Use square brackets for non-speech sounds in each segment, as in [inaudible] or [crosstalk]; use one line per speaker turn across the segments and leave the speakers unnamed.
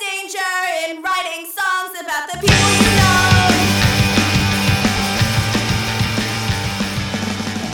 danger in writing songs about the people you know.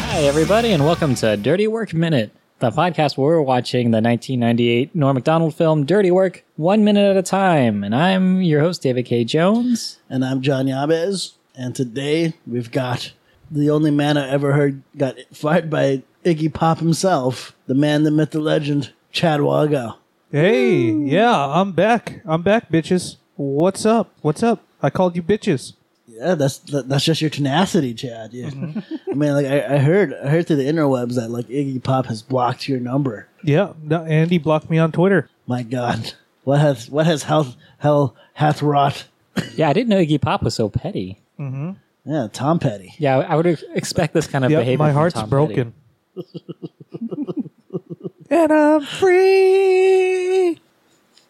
Hi, everybody, and welcome to Dirty Work Minute, the podcast where we're watching the 1998 Norm MacDonald film Dirty Work one minute at a time. And I'm your host, David K. Jones.
and I'm John Yabez. And today we've got the only man I ever heard got fired by Iggy Pop himself, the man, the myth, the legend, Chad Wago.
Hey, yeah, I'm back. I'm back, bitches. What's up? What's up? I called you bitches.
Yeah, that's that, that's just your tenacity, Chad. Yeah, I mean, like I, I heard, I heard through the interwebs that like Iggy Pop has blocked your number.
Yeah, no, Andy blocked me on Twitter.
My God, what has what has hell hell hath wrought?
Yeah, I didn't know Iggy Pop was so petty.
Yeah, Tom Petty.
Yeah, I would expect this kind of
Yeah,
behavior.
my
from
heart's
Tom
broken. and I'm free,
Petty.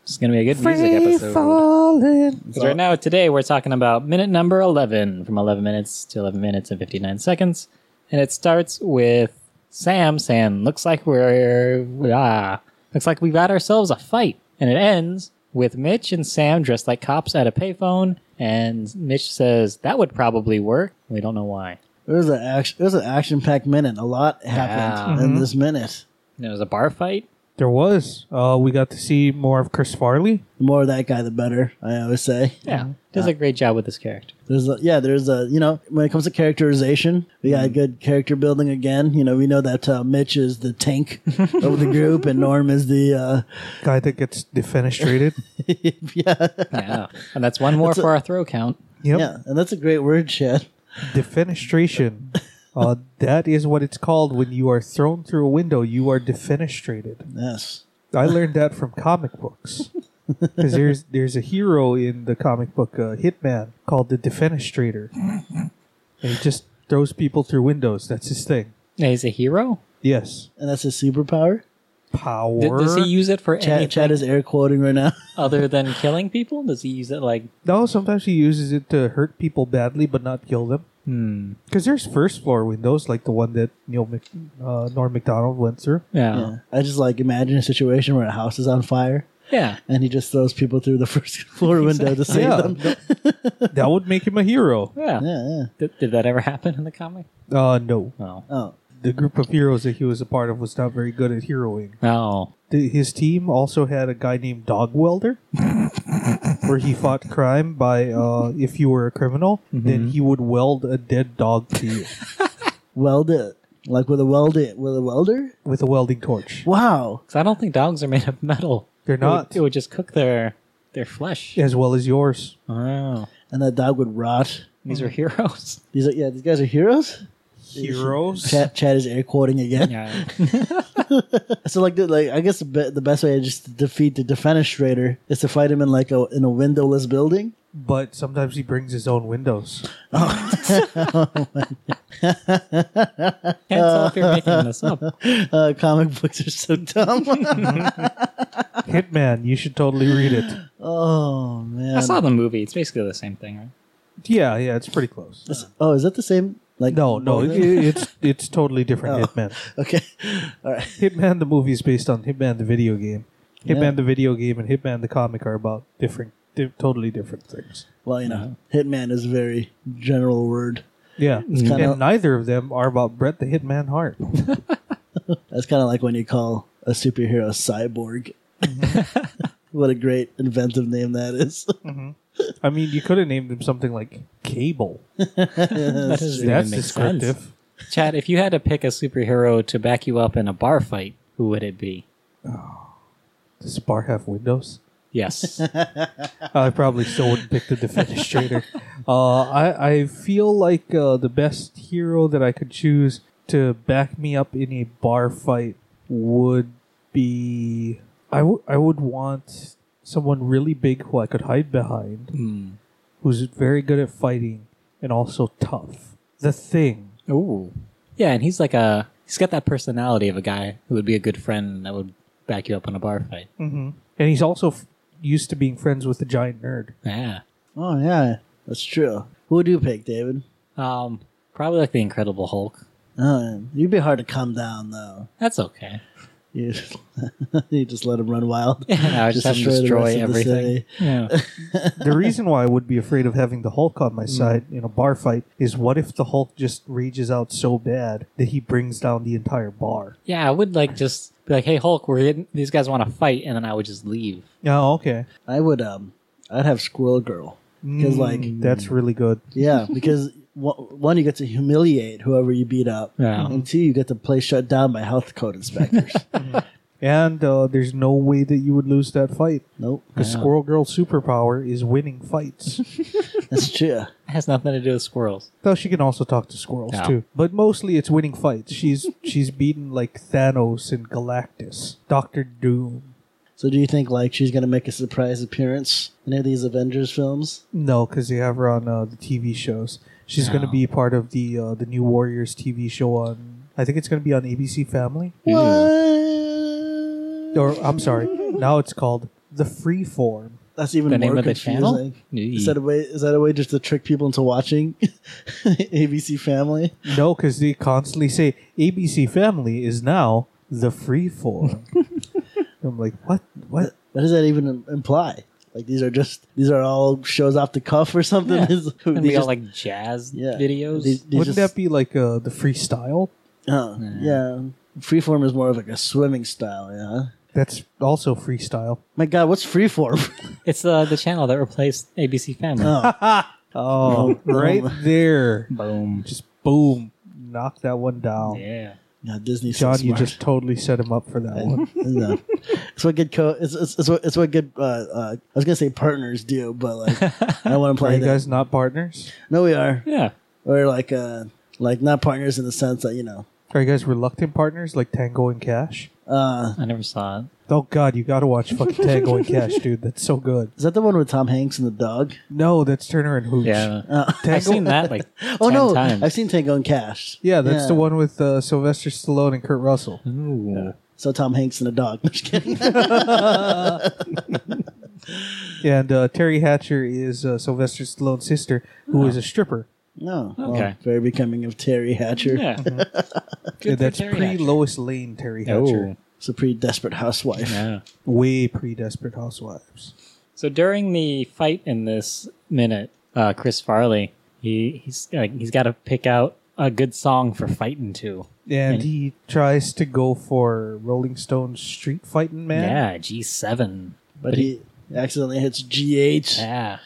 It's going to be a good music
free
episode.
falling.
'Cause Right now, today, we're talking about minute number 11, from 11 minutes to 11 minutes and 59 seconds. And it starts with Sam saying, Looks like we're. Ah, looks like we've had ourselves a fight. And it ends with Mitch and Sam dressed like cops at a payphone. And Mitch says, That would probably work. We don't know why.
It was an action. It was an action-packed minute. A lot happened
Yeah.
in this minute.
And it was a bar fight.
There was. Uh, we got to see more of Chris Farley.
The more of that guy, the better. I always say.
Yeah. Does a great job with this character.
There's a, yeah, there's a you know when it comes to characterization, we
Mm-hmm.
got good character building again. You know, we know that uh, Mitch is the
[laughs]
tank of the group, and Norm is the
Guy that gets defenestrated.
uh, [laughs] yeah,
Yeah. and that's one more for our throw count.
Yep.
yeah, and that's a great word, Chad.
Defenestration. Uh, that is what it's called when you are thrown through a window. You are defenestrated.
Yes,
I learned that from comic books. Because there's there's a hero in the comic book uh, Hitman called the Defenestrator, and he just throws people through windows. That's his thing.
He's a hero.
Yes,
and that's his superpower.
power.
Th- does he use it for
Chad,
anything
Chad is air quoting right now.
other than killing people? Does he use it like
no, sometimes he uses it to hurt people badly, but not kill them.
Hmm.
Because there's first floor windows like the one that Neil Mc- uh, Norm Macdonald went through. Oh.
Yeah.
[laughs] I just like imagine a situation where a house is on fire,
Yeah.
and he just throws people through the [laughs] first floor window to save
Yeah,
them.
th- that would make him a hero.
Yeah.
[laughs] Yeah, yeah.
Did, did that ever happen in the comic?
Uh, no,
No.
Oh,
the group of heroes that he was a part of was not very good at heroing.
No.
Th- his team also had a guy named Dog Welder, where he fought crime by uh, if you were a criminal, then he would weld a dead dog to you
weld it like with a weld it with a welder.
with a welding torch.
Wow,
Because I don't think dogs are made of metal.
They're
It would- It
not
would, just cook their their flesh.
as well as yours.
Wow.
and that dog would rot.
These are heroes.
These are, yeah, these guys are heroes.
Heroes.
Chad, Chad is air quoting again.
Yeah.
[laughs] So like, the- like I guess the, be- the best way to just defeat the defenestrator is to fight him in like a in a windowless building. [laughs]
But sometimes he brings his own windows.
[laughs] Can't tell if you're making this up.
Uh, comic books are so dumb. [laughs]
Hitman, you should totally read it.
oh man.
I saw the movie. It's basically the same thing, right?
Yeah, yeah, it's pretty close.
Oh, is that the same? Like [laughs]
No, no, it, it- it's it's totally different.
Oh.
Hitman,
okay. [laughs] All right.
Hitman, the movie is based on Hitman, the video game. Hitman,
Yeah.
the video game, and Hitman, the comic are about different, di- totally different things.
Well, you know, hitman is a very general word.
Yeah,
kinda-
and neither of them are about Brett the Hitman Hart.
That's kind of like when you call a superhero cyborg. [laughs] what a great inventive name that is. [laughs]
I mean, you could have named him something like Cable.
That doesn't even
That's
make
descriptive.
sense. Chad, if you had to pick a superhero to back you up in a bar fight, who would it be?
Does the bar have windows?
Yes.
I probably still wouldn't pick the Defenestrator. uh, I I feel like uh, the best hero that I could choose to back me up in a bar fight would be I wou- I would want someone really big who I could hide behind, who's very good at fighting and also tough. The Thing.
Ooh. Yeah, and he's like a he's got that personality of a guy who would be a good friend that would back you up in a bar fight.
Mm.
And he's also f- used to being friends with the giant nerd.
Yeah.
Oh yeah, that's true. Who would you pick, David?
Um probably like the Incredible Hulk.
Uh, Oh, you'd be hard to calm down though.
That's okay. [laughs]
You just, [laughs] you just let them run wild.
I just, have to
the
destroy
rest of the
everything.
city.
[laughs] Yeah.
the reason why I would be afraid of having the Hulk on my side in a bar fight is what if the Hulk just rages out so bad that he brings down the entire bar?
yeah, I would like just be like, "Hey, Hulk, we're in, these guys want to fight," and then I would just leave.
Oh, okay.
I would um, I'd have Squirrel Girl because like
Mm, that's really good.
[laughs]
yeah, because one one, you get to humiliate whoever you beat up,
Yeah.
and two you get the place shut down by health code
[laughs]
inspectors.
And uh, there's no way that you would lose that fight.
nope,
The Squirrel Girl's superpower is winning [laughs] fights.
that's true.
It has nothing to do with squirrels.
Though she can also talk to squirrels
Yeah.
too. But mostly it's winning fights. She's she's beaten like Thanos and Galactus, Doctor Doom.
So do you think like she's gonna make a surprise appearance in any of these Avengers films?
No, because they have her on uh, the TV shows. She's going to
No.
be part of the uh, the New Warriors TV show on. I think it's going to be on ABC Family.
What?
Or
um,
[laughs]
I'm sorry, now it's called the Freeform.
That's even
The
more
name of the
confusing.
channel?
Is that a way? Is that a way just to trick people into watching [laughs] ABC Family?
No, because they constantly say ABC Family is now
[laughs]
the Freeform. I'm like, what? What?
What does that even im- imply? Like these are just these are all shows off the cuff or something. [laughs]
Yeah.
These-
And
these
we got
just-
like jazz
yeah.
videos.
These- these
Wouldn't
just-
that be like uh, the freestyle?
Oh, yeah. Freeform is more of like a swimming style. Yeah.
That's also freestyle.
My God, what's freeform? [laughs]
[laughs]
it's uh, the channel that replaced ABC Family.
oh,
Oh,
[laughs]
right there.
Boom.
Just boom, knock that one down.
Yeah.
no, Disney's so
John, you
smart. [laughs]
just totally set him up for that one.
no. It's what good co. It's, it's, it's what it's what good. Uh, uh, I was gonna say partners do, but like I don't want to
[laughs] Are
play
you
that.
guys not partners?
no, we are.
Yeah.
We're like uh like not partners in the sense that you know.
Are you guys reluctant partners like Tango and Cash?
Uh,
I never saw it.
Oh God, you gotta watch fucking Tango and Cash, dude. That's so good.
is that the one with Tom Hanks and the dog?
No, that's Turner and Hooch.
Yeah.
Uh,
I've seen that like
[laughs] oh
10
no,
times.
I've seen Tango and Cash.
Yeah, that's the one with uh, Sylvester Stallone and Kurt Russell.
Hmm. Ooh.
So Tom Hanks and a dog. [laughs]
[laughs]
Just kidding.
And uh, Terry Hatcher is uh, Sylvester Stallone's sister, who is a stripper.
no, well,
Okay.
very becoming of Terry
[laughs]
Hatcher.
Yeah.
Yeah,
for
that's
Terry
pre
Hatcher.
Lois Lane Terry
Oh.
Hatcher.
It's a pretty desperate housewife.
Yeah.
Way pre Desperate Housewives.
So during the fight in this minute, uh, Chris Farley, he he's like he's got to pick out a good song for fighting to.
And
And-
he tries to go for Rolling Stone's Street Fighting Man.
Yeah, G seven.
But he accidentally hits GH.
Yeah.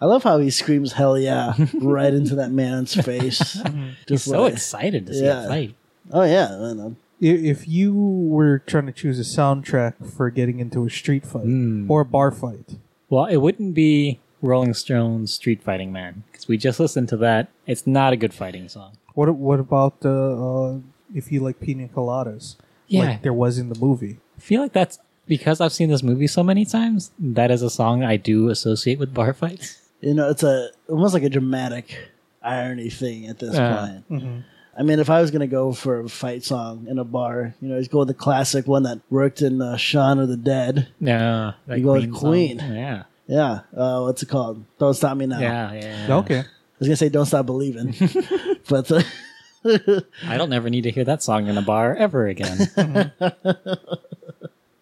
I love how he screams
[laughs]
"Hell yeah!" right into that man's face. Just
Mm-hmm. So
like,
excited to see
Yeah.
a fight.
oh yeah, I know.
I- If you were trying to choose a soundtrack for getting into a street fight or a bar fight,
Well, it wouldn't be Rolling Stones Street Fighting Man because we just listened to that. It's not a good fighting song.
what what about uh, uh, if you like pina coladas?
Yeah.
Like there was in the movie.
I feel like that's because I've seen this movie so many times. That is a song I do associate with bar fights.
You know, it's a almost like a dramatic irony thing at this
Yeah.
point. I mean, if I was gonna go for a fight song in a bar, you know, just go with the classic one that worked in uh, Shaun of the Dead.
Yeah, that
You go with
song.
Queen.
Yeah,
Yeah, uh, what's it called? Don't stop me now.
yeah, yeah.
Okay.
I was gonna say "Don't Stop
[laughs]
Believing," but uh,
I don't ever need to hear that song in a bar ever [laughs] again. Mm-hmm. [laughs]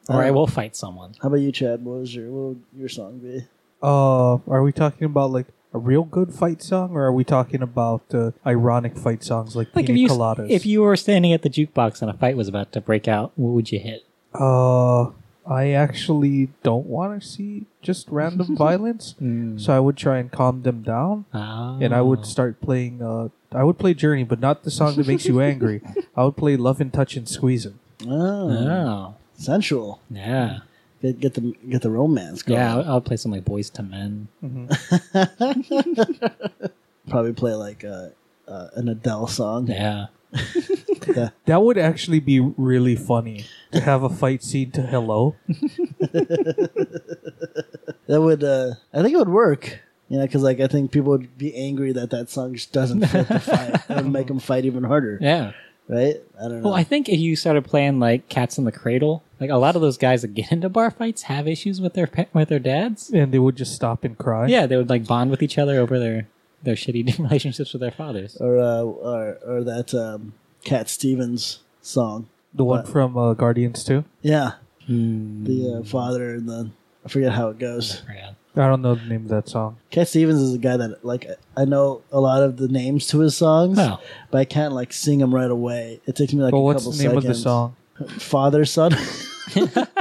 or I will fight someone.
how about you, Chad? What was your what would your song be?
Uh, are we talking about like a real good fight song, or are we talking about uh, ironic fight songs like,
Like if
pina
you
coladas?
if you were standing at the jukebox and a fight was about to break out, what would you hit?
uh, I actually don't want to see
[laughs]
just random violence,
Hmm. Mm.
so I would try and calm them down.
Oh.
and I would start playing. Uh, I would play Journey, but not the song that
[laughs]
makes you angry. I would play Love and Touch and Squeeze It.
Oh,
Oh.
sensual.
Yeah.
Get, get the get the romance going.
Yeah, I would, I would play something like Boys to Men.
probably play like uh, uh, an Adele song.
Yeah.
That would actually be really funny to have a fight scene
[laughs]
to Hello.
That would, uh, I think it would work. You know, because like I think people would be angry that that song
[laughs]
just doesn't fit the fight. That would make them fight even harder,
Yeah.
right? I don't know.
Well, I think if you started playing like Cats in the Cradle, like a lot of those guys that get into bar fights have issues with their pa- with their dads.
And they would just stop and cry.
Yeah, they would like bond with each other over their their shitty [laughs]
Oh.
relationships with their fathers.
or, uh, or or that um, Cat Stevens song.
The one
But-
from uh, Guardians 2.
Yeah,
Hmm.
the uh, father and the I forget how it goes.
Forgot.
I don't know the name of that song.
Cat Stevens is a guy that like I know a lot of the names to his songs,
Oh.
but I can't like sing them right away. It takes me like
But
a
what's the
couple
name
seconds.
of the song?
Father
[laughs]
son. [laughs]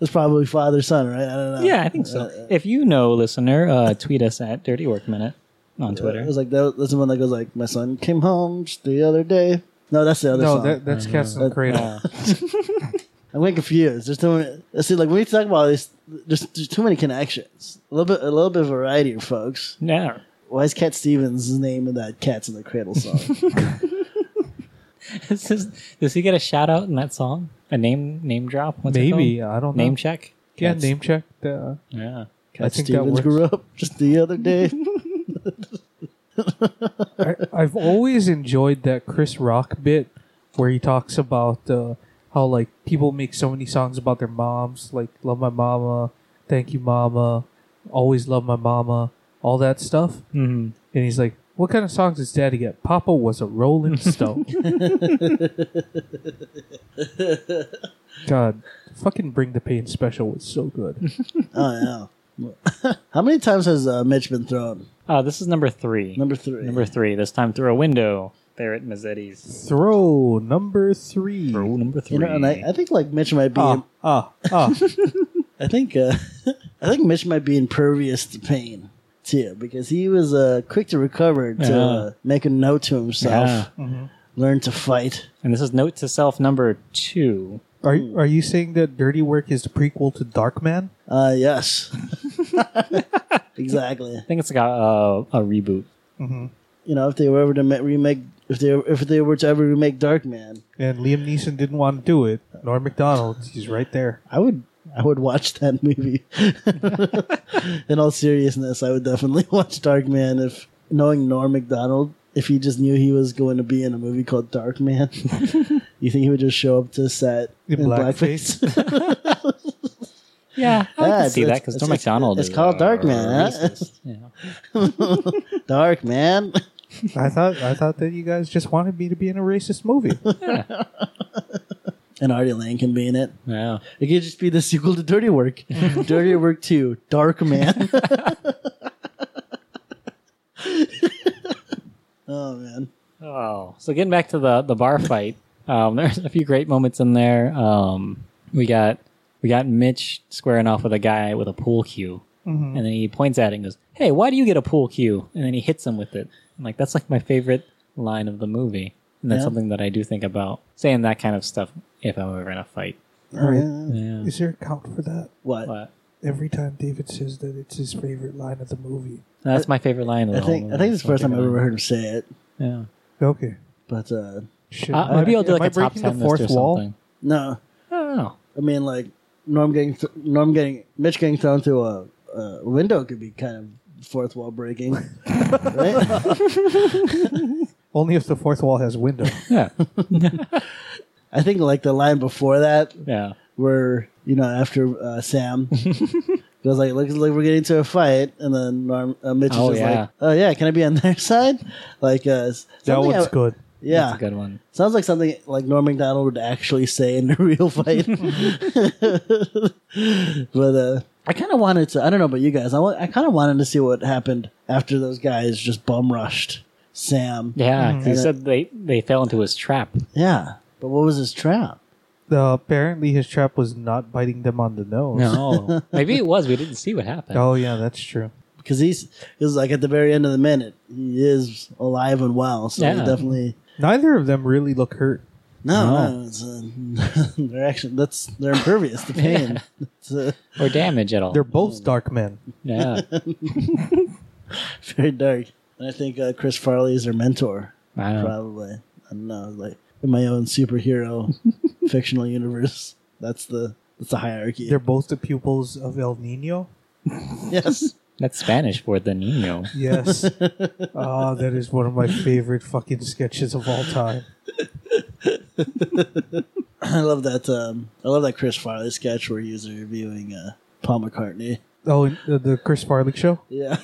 It's probably father son, right? I don't know.
Yeah, I think so.
Uh,
if you know, listener, uh, tweet us at Dirty Work Minute on
It
Twitter.
was like that, that's the one that goes like, "My son came home just the other day." No, that's the other
No,
song.
that, that's
Mm-hmm.
Cats in the
Uh,
[laughs] Cradle.
I'm getting confused. There's too many. let's See, like when we talk about this, there's, there's too many connections. A little bit, a little bit of variety, folks.
Yeah. [laughs]
Why is Cat Stevens' name in that "Cats in the Cradle" song?
This is, does he get a shout out in that song? A name name drop? What's it
Maybe.
called?
I don't know.
name check.
Yeah,
Cats.
name check. Uh,
Yeah.
I
Cat
think that
Stevens
works.
grew up just the other day.
[laughs]
I, I've always enjoyed that Chris Rock bit where he talks about uh, how like people make so many songs about their moms, like "Love My Mama," "Thank You Mama," "Always Love My Mama," all that stuff.
hmm
And he's like, "What kind of songs does Daddy get?" Papa was a Rolling Stone. God, fucking Bring the Pain special was so good.
oh yeah. [laughs] How many times has uh, Mitch been thrown?
Uh, this is number three.
Number three.
Number three. This time through a window. They're at Mazzetti's.
Throw number three.
Throw number three.
You know, and I, I think like Mitch might be.
Ah, ah, ah.
I think uh, [laughs] I think Mitch might be impervious to pain too, because he was uh, quick to recover to uh,
Yeah.
make a note to himself,
Yeah.
learn to fight.
and this is note to self number two.
Are are you saying that Dirty Work is the prequel to Darkman?
Uh,
[laughs]
yes, [laughs] exactly.
I think it's got uh, a reboot.
You know, if they were ever to ma- remake, if they if they were to ever remake Darkman,
And Liam Neeson didn't want to do it. Nor McDonald, he's right there.
I would I would watch that [laughs] movie. In all seriousness, I would definitely [laughs] watch Darkman if knowing Norm Macdonald, if he just knew he was going to be in a movie called Darkman, [laughs] you think he would just show up to set
In
in,
blackface?
blackface?
Yeah, I can
Yeah, it's-
see that
it's-
because
it's-
Norm
it's-
Macdonald.
it's
is,
called
uh,
Darkman, huh?
racist. Yeah.
[laughs] Darkman.
I thought I thought that you guys just wanted me to be in a racist [laughs] movie.
And Artie Lang can be in it.
[laughs] yeah.
It could just be the sequel to Dirty Work. [laughs] Dirty Work 2,
[laughs]
Darkman. oh, man.
Oh, so getting back to the the bar fight, um, [laughs] there's a few great moments in there. Um, we got we got Mitch squaring off with a guy with a pool cue, and then he points at it and goes, "Hey, why do you get a pool cue?" And then he hits him with it. I'm like, that's like my favorite line of the movie, and that's
Yeah.
something that I do think about saying that kind of stuff if I'm ever in a fight.
All right.
Yeah,
Is there a count for that?
Uh, What?
but
Every time David says that it's his favorite line of the movie.
that's my favorite line of the
I
whole
think I
movie.
think it's
It's
the
my
first time I've
favorite
ever
line.
heard him say it.
Yeah.
Okay.
But uh
Shit.
Uh, maybe I'll do
Am
like
I
a top
breaking
ten list or something.
no,
I don't know.
I mean like Norm getting th- Norm getting Mitch getting thrown through a, a window could be kind of fourth wall
[laughs]
breaking, right?
Only if the fourth wall
[laughs]
has window.
[laughs]
Yeah,
I think like the line before that
yeah.
where you know after
[laughs]
uh, Sam goes like looks like we're getting into a fight, and then Norm uh, Mitch
Oh,
is just
yeah.
like, oh yeah, can I be on their [laughs] side? Like uh, s-
that
something
one's
I-
good.
Yeah,
that's a good one.
Sounds like something like Norm Macdonald would actually say in a [laughs] real fight. but uh, I kind of wanted to. I don't know about you guys. I, wa- I kind of wanted to see what happened after those guys just bum rushed Sam.
Yeah, 'cause he
Mm-hmm. And it-
said they, they fell into his trap.
Yeah. But what was his trap?
Uh, apparently, his trap was not biting them on the nose.
No, maybe it was. We didn't see what happened.
Oh yeah, that's true.
Because he's he's like at the very end of the minute. He is alive and well, so he
Yeah.
definitely.
Neither of them really look hurt.
No, no. it's, uh, [laughs] they're actually that's they're impervious to pain. [laughs] It's uh,
Or damage at all.
They're both dark men.
yeah.
very dark, and I think uh, Chris Farley is their mentor. [laughs]
Wow.
Probably. I don't know. Like in my own superhero fictional universe, that's the that's the hierarchy.
They're both the pupils of El Nino.
[laughs] yes. [laughs]
That's Spanish for the Nino.
Yes. oh, that is one of my favorite fucking sketches of all time.
I love that. Um, I love that Chris Farley sketch where he was reviewing uh, Paul McCartney.
Oh, and the, the Chris Farley show.
Yeah.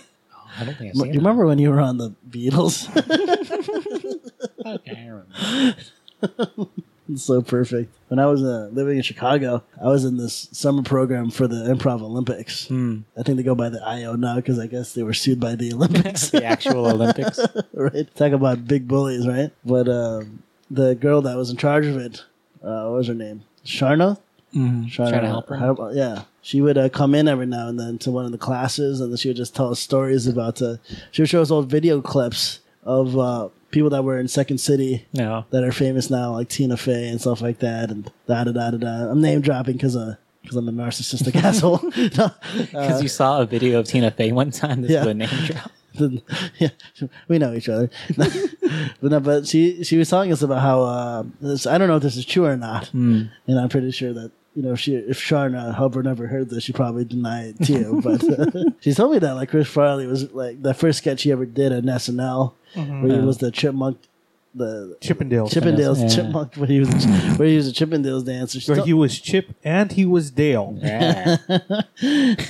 I don't think I've
Do
seen
you remember when you were [laughs] on the Beatles?
that. Okay, I remember.
It's so perfect. When I was uh, living in Chicago, I was in this summer program for the Improv Olympics.
Hmm.
I think they go by the IO now because I guess they were sued by
[laughs]
the [laughs] Olympics.
[laughs] the actual Olympics.
right? Talk about big bullies, right? But um, the girl that was in charge of it, uh, what was her name? Sharna? Sharna,
Sharna Halpern?
Hal- yeah. She would uh, come in every now and then to one of the classes, and then she would just tell us stories about. Uh, she would show us old video clips of uh, people that were in Second City
No.
that are famous now, like Tina Fey and stuff like that, and da da da da da. I'm name dropping because uh, because I'm a narcissistic asshole. [laughs] No, uh,
Because you saw a video of Tina Fey one time. This
Yeah.
is a name
[laughs]
drop.
the- yeah, we know each other. [laughs] but no, but she she was telling us about how uh, this, I don't know if this is true or not, and I'm pretty sure that you know if she if Sharna Hubbard never heard this, she probably deny it too. [laughs] but uh, she told me that like Chris Farley was like the first sketch he ever did on SNL, where he was the chipmunk. The
Chippendale.
Chippendales
Yeah.
chipmunk where he was where he was a Chippendales dancer. She
Where
told-
he was Chip and he was Dale.
Yeah.
[laughs] and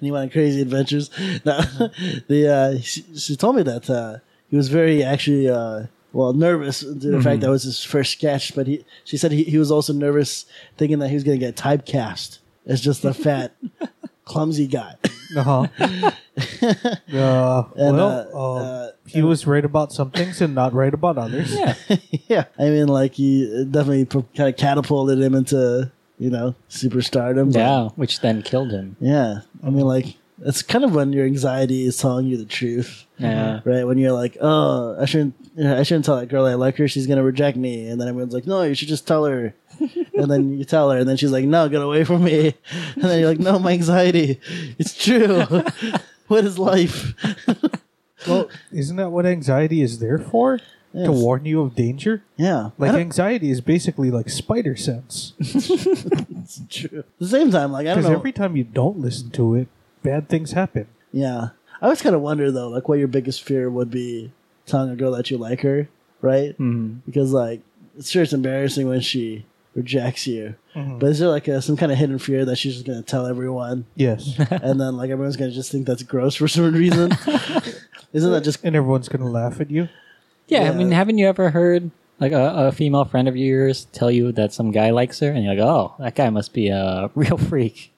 he went on crazy adventures. No, [laughs] the uh, she, she told me that uh, he was very actually uh, well nervous due to the fact that was his first sketch. But he she said he, he was also nervous thinking that he was going to get typecast as just a fat clumsy guy. [laughs]
Uh-huh. uh,
And,
well,
uh,
uh,
uh,
he was right about some things and not right about others.
yeah.
yeah, I mean, like he definitely kind of catapulted him into you know superstardom. but-
Yeah. Which then killed him.
Yeah. I mean, like, it's kind of when your anxiety is telling you the truth,
Yeah.
right? When you're like, oh, I shouldn't, I shouldn't tell that girl I like her. She's gonna reject me, and then everyone's like, no, you should just tell her. and then you tell her, and then she's like, no, get away from me. And then you're like, no, my anxiety, it's true. [laughs] what is life?
Well, isn't that what anxiety is there for?
Yes.
To warn you of danger?
Yeah, I
Like
don't-
anxiety is basically like spider sense.
it's true. At the same time, like I don't
Because
know.
every time you don't listen to it, bad things happen.
Yeah. I always kind of wonder though, like what your biggest fear would be telling a girl that you like her, right? Mm-hmm. Because like, it's sure it's embarrassing when she rejects you, but is there like a, some kind of hidden fear that she's just gonna tell everyone, [laughs]
Yes.
and then like everyone's gonna just think that's gross for some reason? Isn't that just [laughs]
and everyone's going to laugh at you.
Yeah,
Yeah.
I mean, haven't you ever heard like a, a female friend of yours tell you that some guy likes her, and you're like, oh, that guy must be a [laughs] real freak.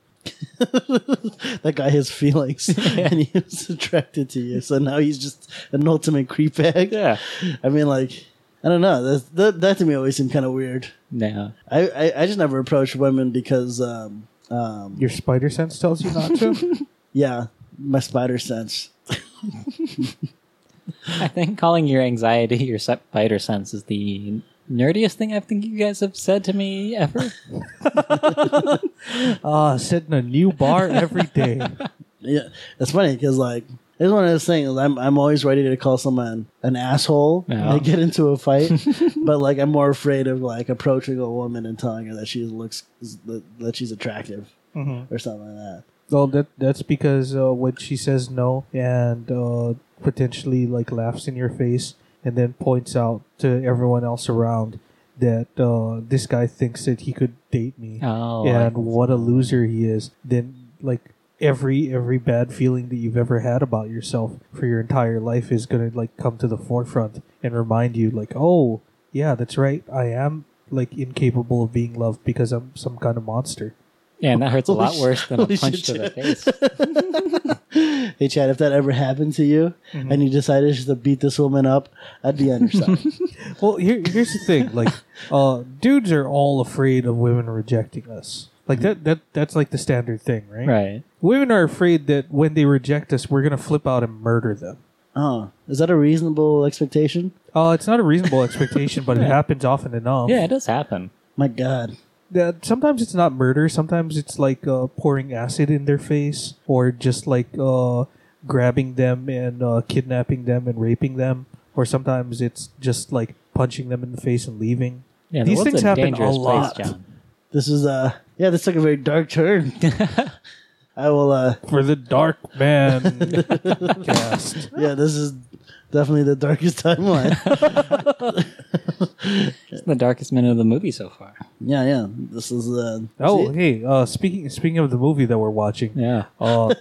that guy has feelings and he was attracted to you, so now he's just an ultimate creep bag?
Yeah.
I mean, like, I don't know. That's, that that to me always seemed kind of weird.
No.
I, I I just never approach women because um um
Your spider sense tells you not to.
Yeah, my spider sense.
I think calling your anxiety your se- spider sense is the nerdiest thing I think you guys have said to me ever.
Ah, sit in a new bar every day.
Yeah, it's funny because like it's one of those things. I'm I'm always ready to call someone an asshole
Yeah.
and get into a fight, but like I'm more afraid of like approaching a woman and telling her that she looks that that she's attractive or something like that.
Mm-hmm. Well, that that's because uh, when she says no and uh, potentially like laughs in your face and then points out to everyone else around that uh, this guy thinks that he could date me
Oh, I-
and what a loser he is. Then like every every bad feeling that you've ever had about yourself for your entire life is gonna like come to the forefront and remind you like oh yeah that's right I am like incapable of being loved because I'm some kind of monster.
yeah, and that hurts a
Holy
lot
sh-
worse than a
holy
punch
shit,
to the
Jeff.
face.
Hey Chad, if that ever happened to you and you decided just to beat this woman up, I'd be on your side.
Well, here, here's the thing. [laughs] Like, uh, dudes are all afraid of women rejecting us. Like that, that that's like the standard thing, right?
Right.
Women are afraid that when they reject us, we're gonna flip out and murder them.
oh, is that a reasonable expectation?
Uh, it's not a reasonable expectation,
[laughs]
but it happens often enough.
Yeah, it does happen.
My God,
That- sometimes it's not murder. Sometimes it's like uh, pouring acid in their face, or just like uh, grabbing them and uh, kidnapping them and raping them. Or sometimes it's just like punching them in the face and leaving.
Yeah, the
These
world's
things
a
happen a
dangerous
lot.
Place, John.
this is uh yeah, this took a very dark
[laughs]
turn. I will uh
for the Dark Man [laughs] cast.
yeah, this is definitely the darkest [laughs]
[laughs]
timeline.
It's the darkest minute of the movie so far.
yeah, yeah. This is uh,
Oh,
see?
hey, uh, speaking speaking of the movie that we're watching,
Yeah. [laughs]
uh,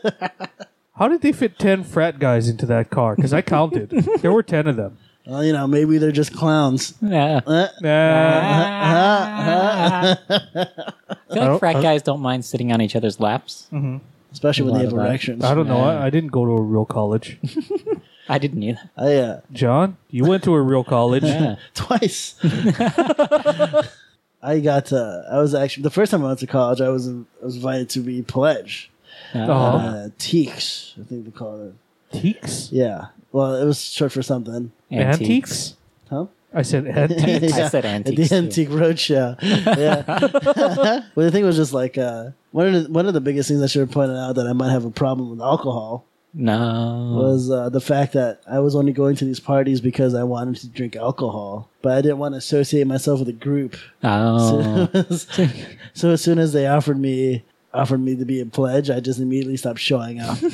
[laughs]
how did they fit ten frat guys into that car? Because I counted, there were ten of them.
Well, you know, maybe they're just clowns.
Yeah.
Uh,
Nah.
I feel
don't-
like frat
I-
guys don't mind sitting on each other's laps.
especially when
A lot
they have
of that.
erections.
I don't know. I, I didn't go to a real college.
I didn't
[laughs]
either.
I, uh,
John, you went to a real college.
Yeah.
[laughs]
twice. I got. Uh, I was actually the first time I went to college. I was I was invited to be pledge.
Oh.
Uh, Teeks, I think they call it.
Antiques?
Yeah. Well, it was short for something.
Antiques?
Huh?
I [laughs]
[laughs]
said antiques.
I said
At
antiques,
the
too.
antique roadshow.
[laughs]
Yeah. well, the thing was just like uh, one of the, one of the biggest things I should have pointed out that I might have a problem with alcohol
No.
was uh, the fact that I was only going to these parties because I wanted to drink alcohol, but I didn't want to associate myself with a group.
[laughs] Oh.
[laughs] So, so as soon as they offered me offered me to be a pledge, I just immediately stopped showing up. [laughs]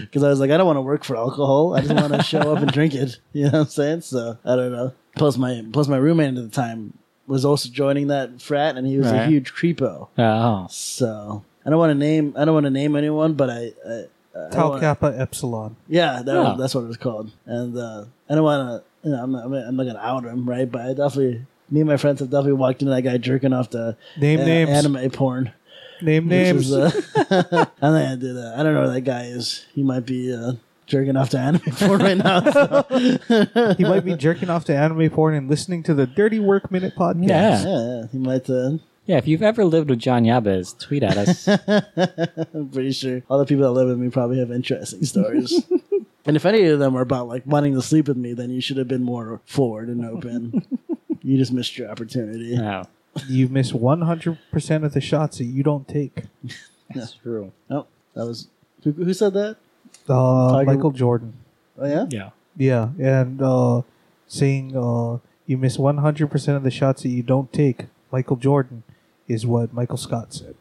Because I was like, I don't want to work for alcohol. I just want to show up and drink it. You know what I'm saying? So I don't know. Plus my plus my roommate at the time was also joining that frat, and he was a
Right.
huge creepo.
Oh.
So I don't want to name I don't want to name anyone, but I, I I don't
Tau
wanna-
Kappa Epsilon.
yeah, that,
Oh.
that's what it was called. And uh, I don't want to, you know, I'm not, I'm not- I'm not gonna out him, right? But I definitely, me and my friends have definitely walked into that guy jerking off the uh,
Name names.
anime porn.
Name
which
names.
is,
[laughs]
uh, [laughs] I'm not gonna do that. I don't know where that guy is. He might be uh, jerking off to anime [laughs] porn right now.
[laughs]
so,
he might be jerking off to anime porn and listening to the Dirty Work Minute podcast.
Yeah. yeah.
yeah, he might. Uh, [laughs]
If you've ever lived with John Yabez, tweet at [laughs] us.
I'm pretty sure all the people that live with me probably have interesting
[laughs]
stories. and if any of them are about like wanting to sleep with me, then you should have been more forward and
[laughs]
open. you just missed your opportunity.
oh.
You miss 100% of the shots that you don't take.
That's true.
Oh, that was who, who said that?
Uh,
Tiger-
Michael Jordan.
Oh yeah,
Yeah.
Yeah, and uh, saying uh, you miss 100% of the shots that you don't take, Michael Jordan, is what Michael Scott said.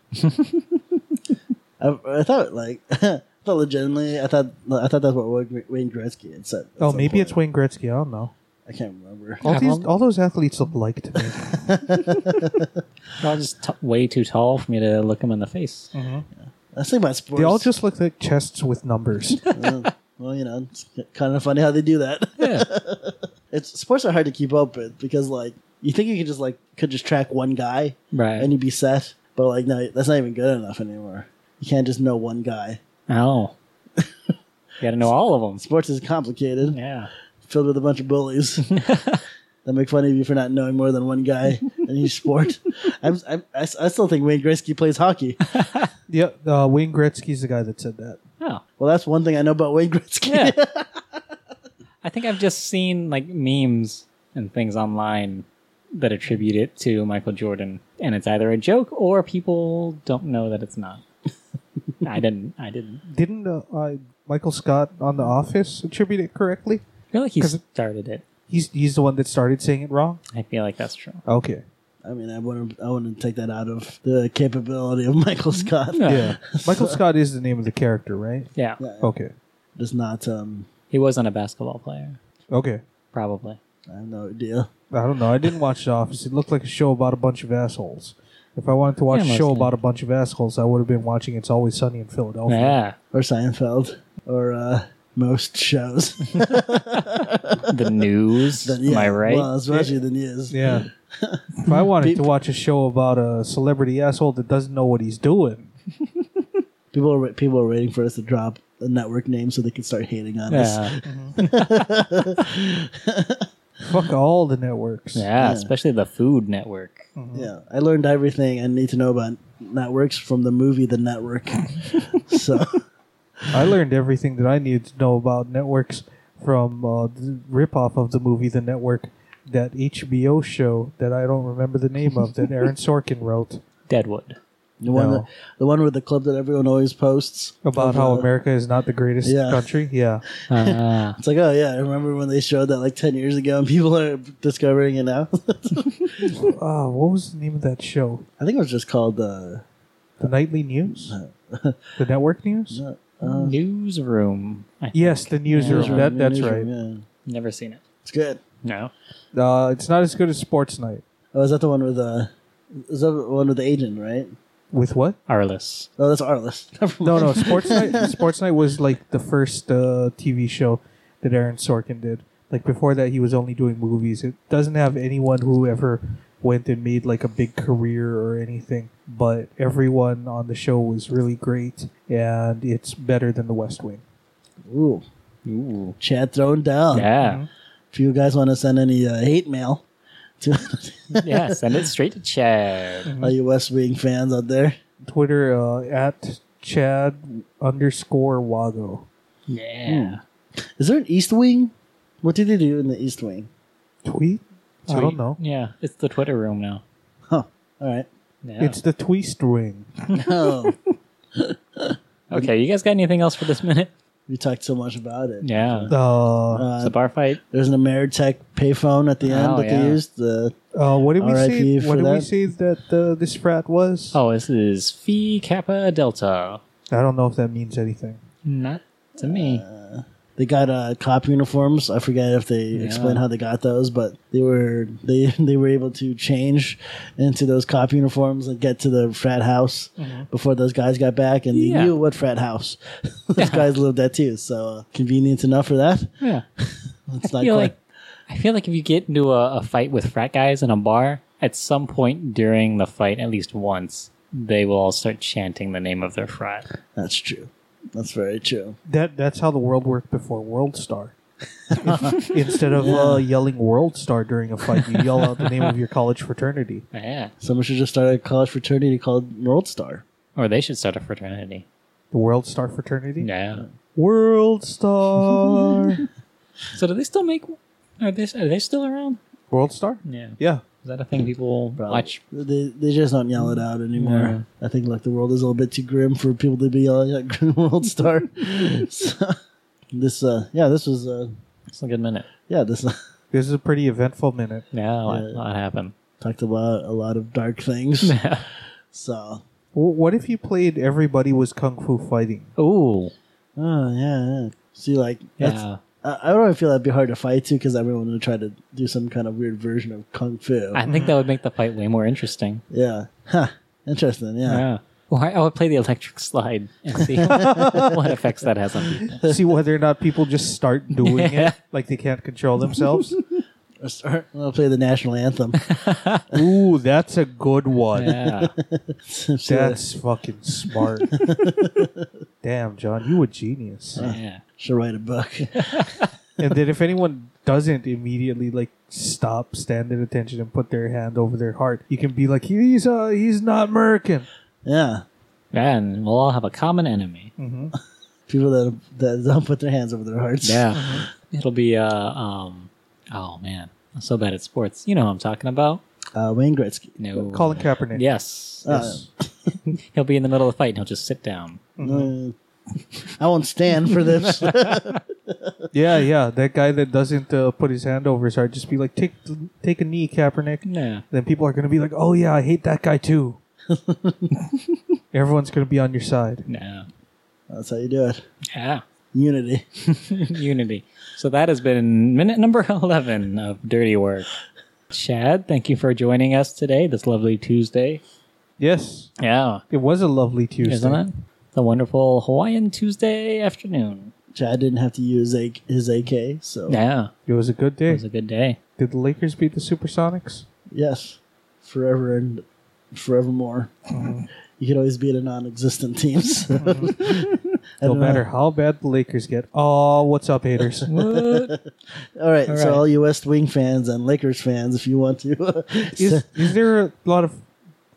I, I thought like [laughs] I thought legitimately. I thought I thought that's what Wayne Wayne Gretzky had said. at
Oh,
some
maybe
point.
it's Wayne Gretzky. I don't know.
I can't remember.
All,
Yeah,
these,
well-
all those athletes look alike to me.
They're all just t- way too tall for me to look them in the face.
That's like my sports.
they all just look like chests with numbers.
Uh, [laughs] well, you know, it's kind of funny how they do that.
Yeah.
[laughs] It's sports are hard to keep up with because like you think you could just like could just track one guy
Right.
and you'd be set, but like no, that's not even good enough anymore. You can't just know one guy.
[laughs] oh. you got to know all of them.
Sports is complicated,
Yeah.
filled with a bunch of
[laughs]
bullies. that make fun of you for not knowing more than one guy in
[laughs]
each sport. I'm, I'm, I, s- I still think Wayne Gretzky plays hockey.
yeah, uh, Wayne Gretzky's the guy that said that.
Oh.
Well, that's one thing I know about Wayne Gretzky.
Yeah. I think I've just seen like memes and things online that attribute it to Michael Jordan, and it's either a joke or people don't know that it's [laughs] not. I didn't. I didn't.
Didn't uh, uh, Michael Scott on The Office attribute it correctly?
I feel like he
'Cause it-
started it.
He's, he's the one that started saying it wrong?
I feel like that's true.
Okay.
[laughs] I mean, I wouldn't, I wouldn't take that out of the capability of Michael Scott.
No.
Yeah. Michael Scott is the name of the character, right?
Yeah.
Yeah,
Okay.
Just not, um,
He wasn't a basketball player,
Okay.
probably.
I have no idea.
I don't know. I didn't watch The Office. It looked like a show about a bunch of assholes. If I wanted to watch
Yeah,
a show
mostly.
about a bunch of assholes, I would have been watching It's Always Sunny in Philadelphia.
Yeah.
Or Seinfeld. Or, uh, most shows. [laughs]
[laughs]
The news.
Then,
Am I right?
Well, especially the news.
Yeah. if I wanted to watch a show about a celebrity asshole that doesn't know what he's doing,
People are, people are waiting for us to drop a network name so they can start hating on us.
yeah.
fuck all the networks.
yeah. Especially the Food Network.
Yeah, I learned everything I need to know about networks from the movie The
[laughs]
Network. so
I learned everything that I needed to know about networks from uh, the ripoff of the movie The Network, that HBO show that I don't remember the name of
[laughs]
that Aaron Sorkin wrote
Deadwood.
the one,
No.
the one with the clip that everyone always posts
about
of,
how
uh,
America is not the greatest
Yeah.
country.
[laughs]
Yeah. [laughs]
Ah.
It's like, oh yeah, I remember when they showed that like ten years ago, and [laughs] people are discovering it now. [laughs]
Uh, what was the name of that show?
I think it was just called uh,
The
[laughs]
nightly news? the network news? Uh,
newsroom. I
Yes, the newsroom.
Newsroom,
that, that's
Newsroom,
right.
yeah.
Never seen it.
It's good.
No.
Uh, it's not as good as Sports Night.
Oh, is that the one with uh, is that the one with the agent, right?
With what?
Arliss.
Oh, that's Arliss. [laughs] Never
[laughs] No,
mind.
no. Sports Night. Sports Night was like the first uh, TV show that Aaron Sorkin did. Like before that, he was only doing movies. It doesn't have anyone who ever went and made like a big career or anything, but everyone on the show was really great, and it's better than The West Wing.
Ooh,
Ooh.
chat thrown down.
Yeah.
Uh-huh.
If you guys want to send any uh, hate mail to [laughs]
yeah. Send it straight to Chad.
all you West Wing fans out there,
Twitter uh, at Chad underscore Wago.
Yeah.
is there an East Wing? What did they do in the East Wing?
Tweet? I don't know.
Yeah. It's the Twitter room now.
Huh. All right.
Yeah.
It's the Tweest Wing.
Oh,
okay. You guys got anything else for this minute?
[laughs] we talked so much about it.
Yeah.
Uh,
It's
Uh,
a bar fight.
there's an Ameritech payphone at the end
Oh,
that
yeah.
they used. The
uh, what did we
RIP
say? What
for
did we
that.
say that uh, this frat was?
Oh, this is Phi Kappa Delta.
I don't know if that means anything.
Not to me.
they got uh, cop uniforms. I forget if they
Yeah.
explain how they got those, but they were they [laughs] they were able to change into those cop uniforms and get to the frat house before those guys got back, and
Mm-hmm. Yeah.
they knew what frat house [laughs] those guys lived at too. So uh, convenient enough for that.
yeah.
It's
I
not
feel
quite.
like I feel like if you get into a, a fight with frat guys in a bar, at some point during the fight, at least once, they will all start chanting the name of their frat.
That's true. That's very true.
That that's how the world worked before World [laughs] Star. If- Instead of uh, yelling World Star during a fight, you yell out the name of your college fraternity.
Yeah.
Someone should just start a college fraternity called World Star.
Or they should start a fraternity.
The World Star fraternity.
Yeah.
World Star.
So do they still make? Are they are they still around?
[laughs] World Star.
Yeah. Is
Yeah.
that a thing people watch?
They, they just don't yell it out anymore. I think like the world is a little bit too grim for people to be yelling at [laughs] Grim World Star. so, this uh yeah this was uh
It's a good minute.
yeah this [laughs]
This is a pretty eventful minute.
Yeah. A lot,
Yeah.
lot [laughs] happened.
talked about a lot of dark
[laughs]
things. so
W- What if you played Everybody Was Kung Fu Fighting?
Ooh.
oh yeah, yeah. see like that's,
Yeah.
I, I don't feel that'd be hard to fight too because everyone would try to do some kind of weird version of kung fu.
I think that would make the fight way more interesting.
yeah, huh. Interesting. Yeah.
[laughs] Yeah. Or I I would play the electric slide and [laughs] see what effects that has on people.
See whether or not people just start doing [laughs]
Yeah.
it like they can't control themselves.
Or start, I'll play the national
[laughs]
anthem. [laughs]
Ooh, that's a good one.
Yeah.
That's fucking
[laughs]
smart. Damn, John, you a genius.
Yeah.
Should write a book.
and then if anyone doesn't immediately like stop, stand at attention, and put their hand over their heart, you can be like, he's uh, he's not American.
yeah.
And we'll all have a common enemy.
Mm-hmm.
People that that don't put their hands over their hearts.
Yeah. [laughs] It'll be uh um oh man. I'm so bad at sports. You know what I'm talking about.
Uh, Wayne Gretzky.
No
Colin Kaepernick.
Yes. [laughs]
Yes.
He'll be in the middle of the fight and he'll just sit down. Mm-hmm.
Uh, I won't stand for this. [laughs]
yeah, yeah. That guy that doesn't uh, put his hand over his heart, just be like, take take a knee, Kaepernick.
Yeah.
Then people are gonna be like, oh yeah, I hate that guy
[laughs]
too. Everyone's gonna be on your side.
No.
That's how you do it.
Yeah. [laughs]
Unity.
Unity. So that has been minute number [laughs] 11 of Dirty Work. Chad, thank you for joining us today, this lovely Tuesday.
Yes,
Yeah.
it was a lovely Tuesday.
Isn't it? The wonderful Hawaiian Tuesday afternoon.
Chad didn't have to use a, his AK, so
Yeah.
It was a good day.
It was a good day.
Did the Lakers beat the Supersonics?
yes, forever and forevermore.
Mm-hmm.
You could always beat a non-existent team. So.
Mm-hmm.
[laughs] I
No
don't know.
matter how bad the Lakers get. Oh, what's
[laughs]
up, haters?
What?
All right,
All
so
right.
all you West Wing fans and Lakers fans, if you want to, [laughs] uh,
is, is there a lot of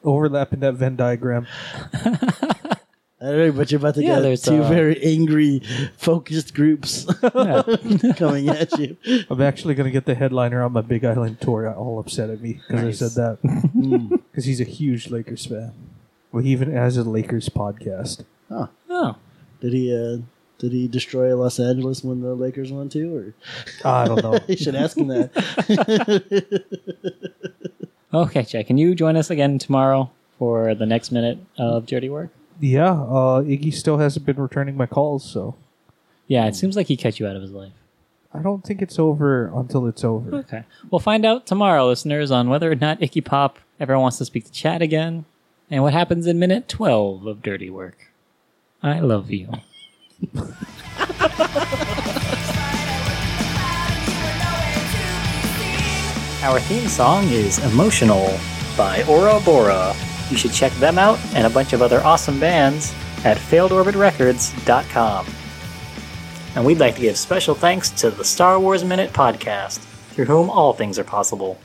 overlap in that Venn diagram?
I don't know, but you're about to
Yeah,
get
there's,
two
uh,
very angry, focused groups [laughs]
[laughs] Yeah.
coming at you.
I'm actually going to get the headliner on my Big Island tour all upset at me because I said
[laughs]
that.
Hmm.
Because he's a huge Lakers fan. Well, he even has a Lakers podcast.
Oh.
Did he? Uh, did he destroy Los Angeles when the Lakers won too? Or
I don't know.
[laughs] you should ask him that.
Okay, Chad, can you join us again tomorrow for the next minute of Dirty Work?
yeah, uh, Iggy still hasn't been returning my calls, so
Yeah, it seems like he cut you out of his life.
I don't think it's over until it's over.
Okay. We'll find out tomorrow, listeners, on whether or not Icky Pop ever wants to speak to Chad again and what happens in minute 12 of Dirty Work. I love you.
Friday,
Our theme song is Emotional by Ora Bora. You should check them out and a bunch of other awesome bands at failedorbitrecords.com. And we'd like to give special thanks to the Star Wars Minute podcast, through whom all things are possible.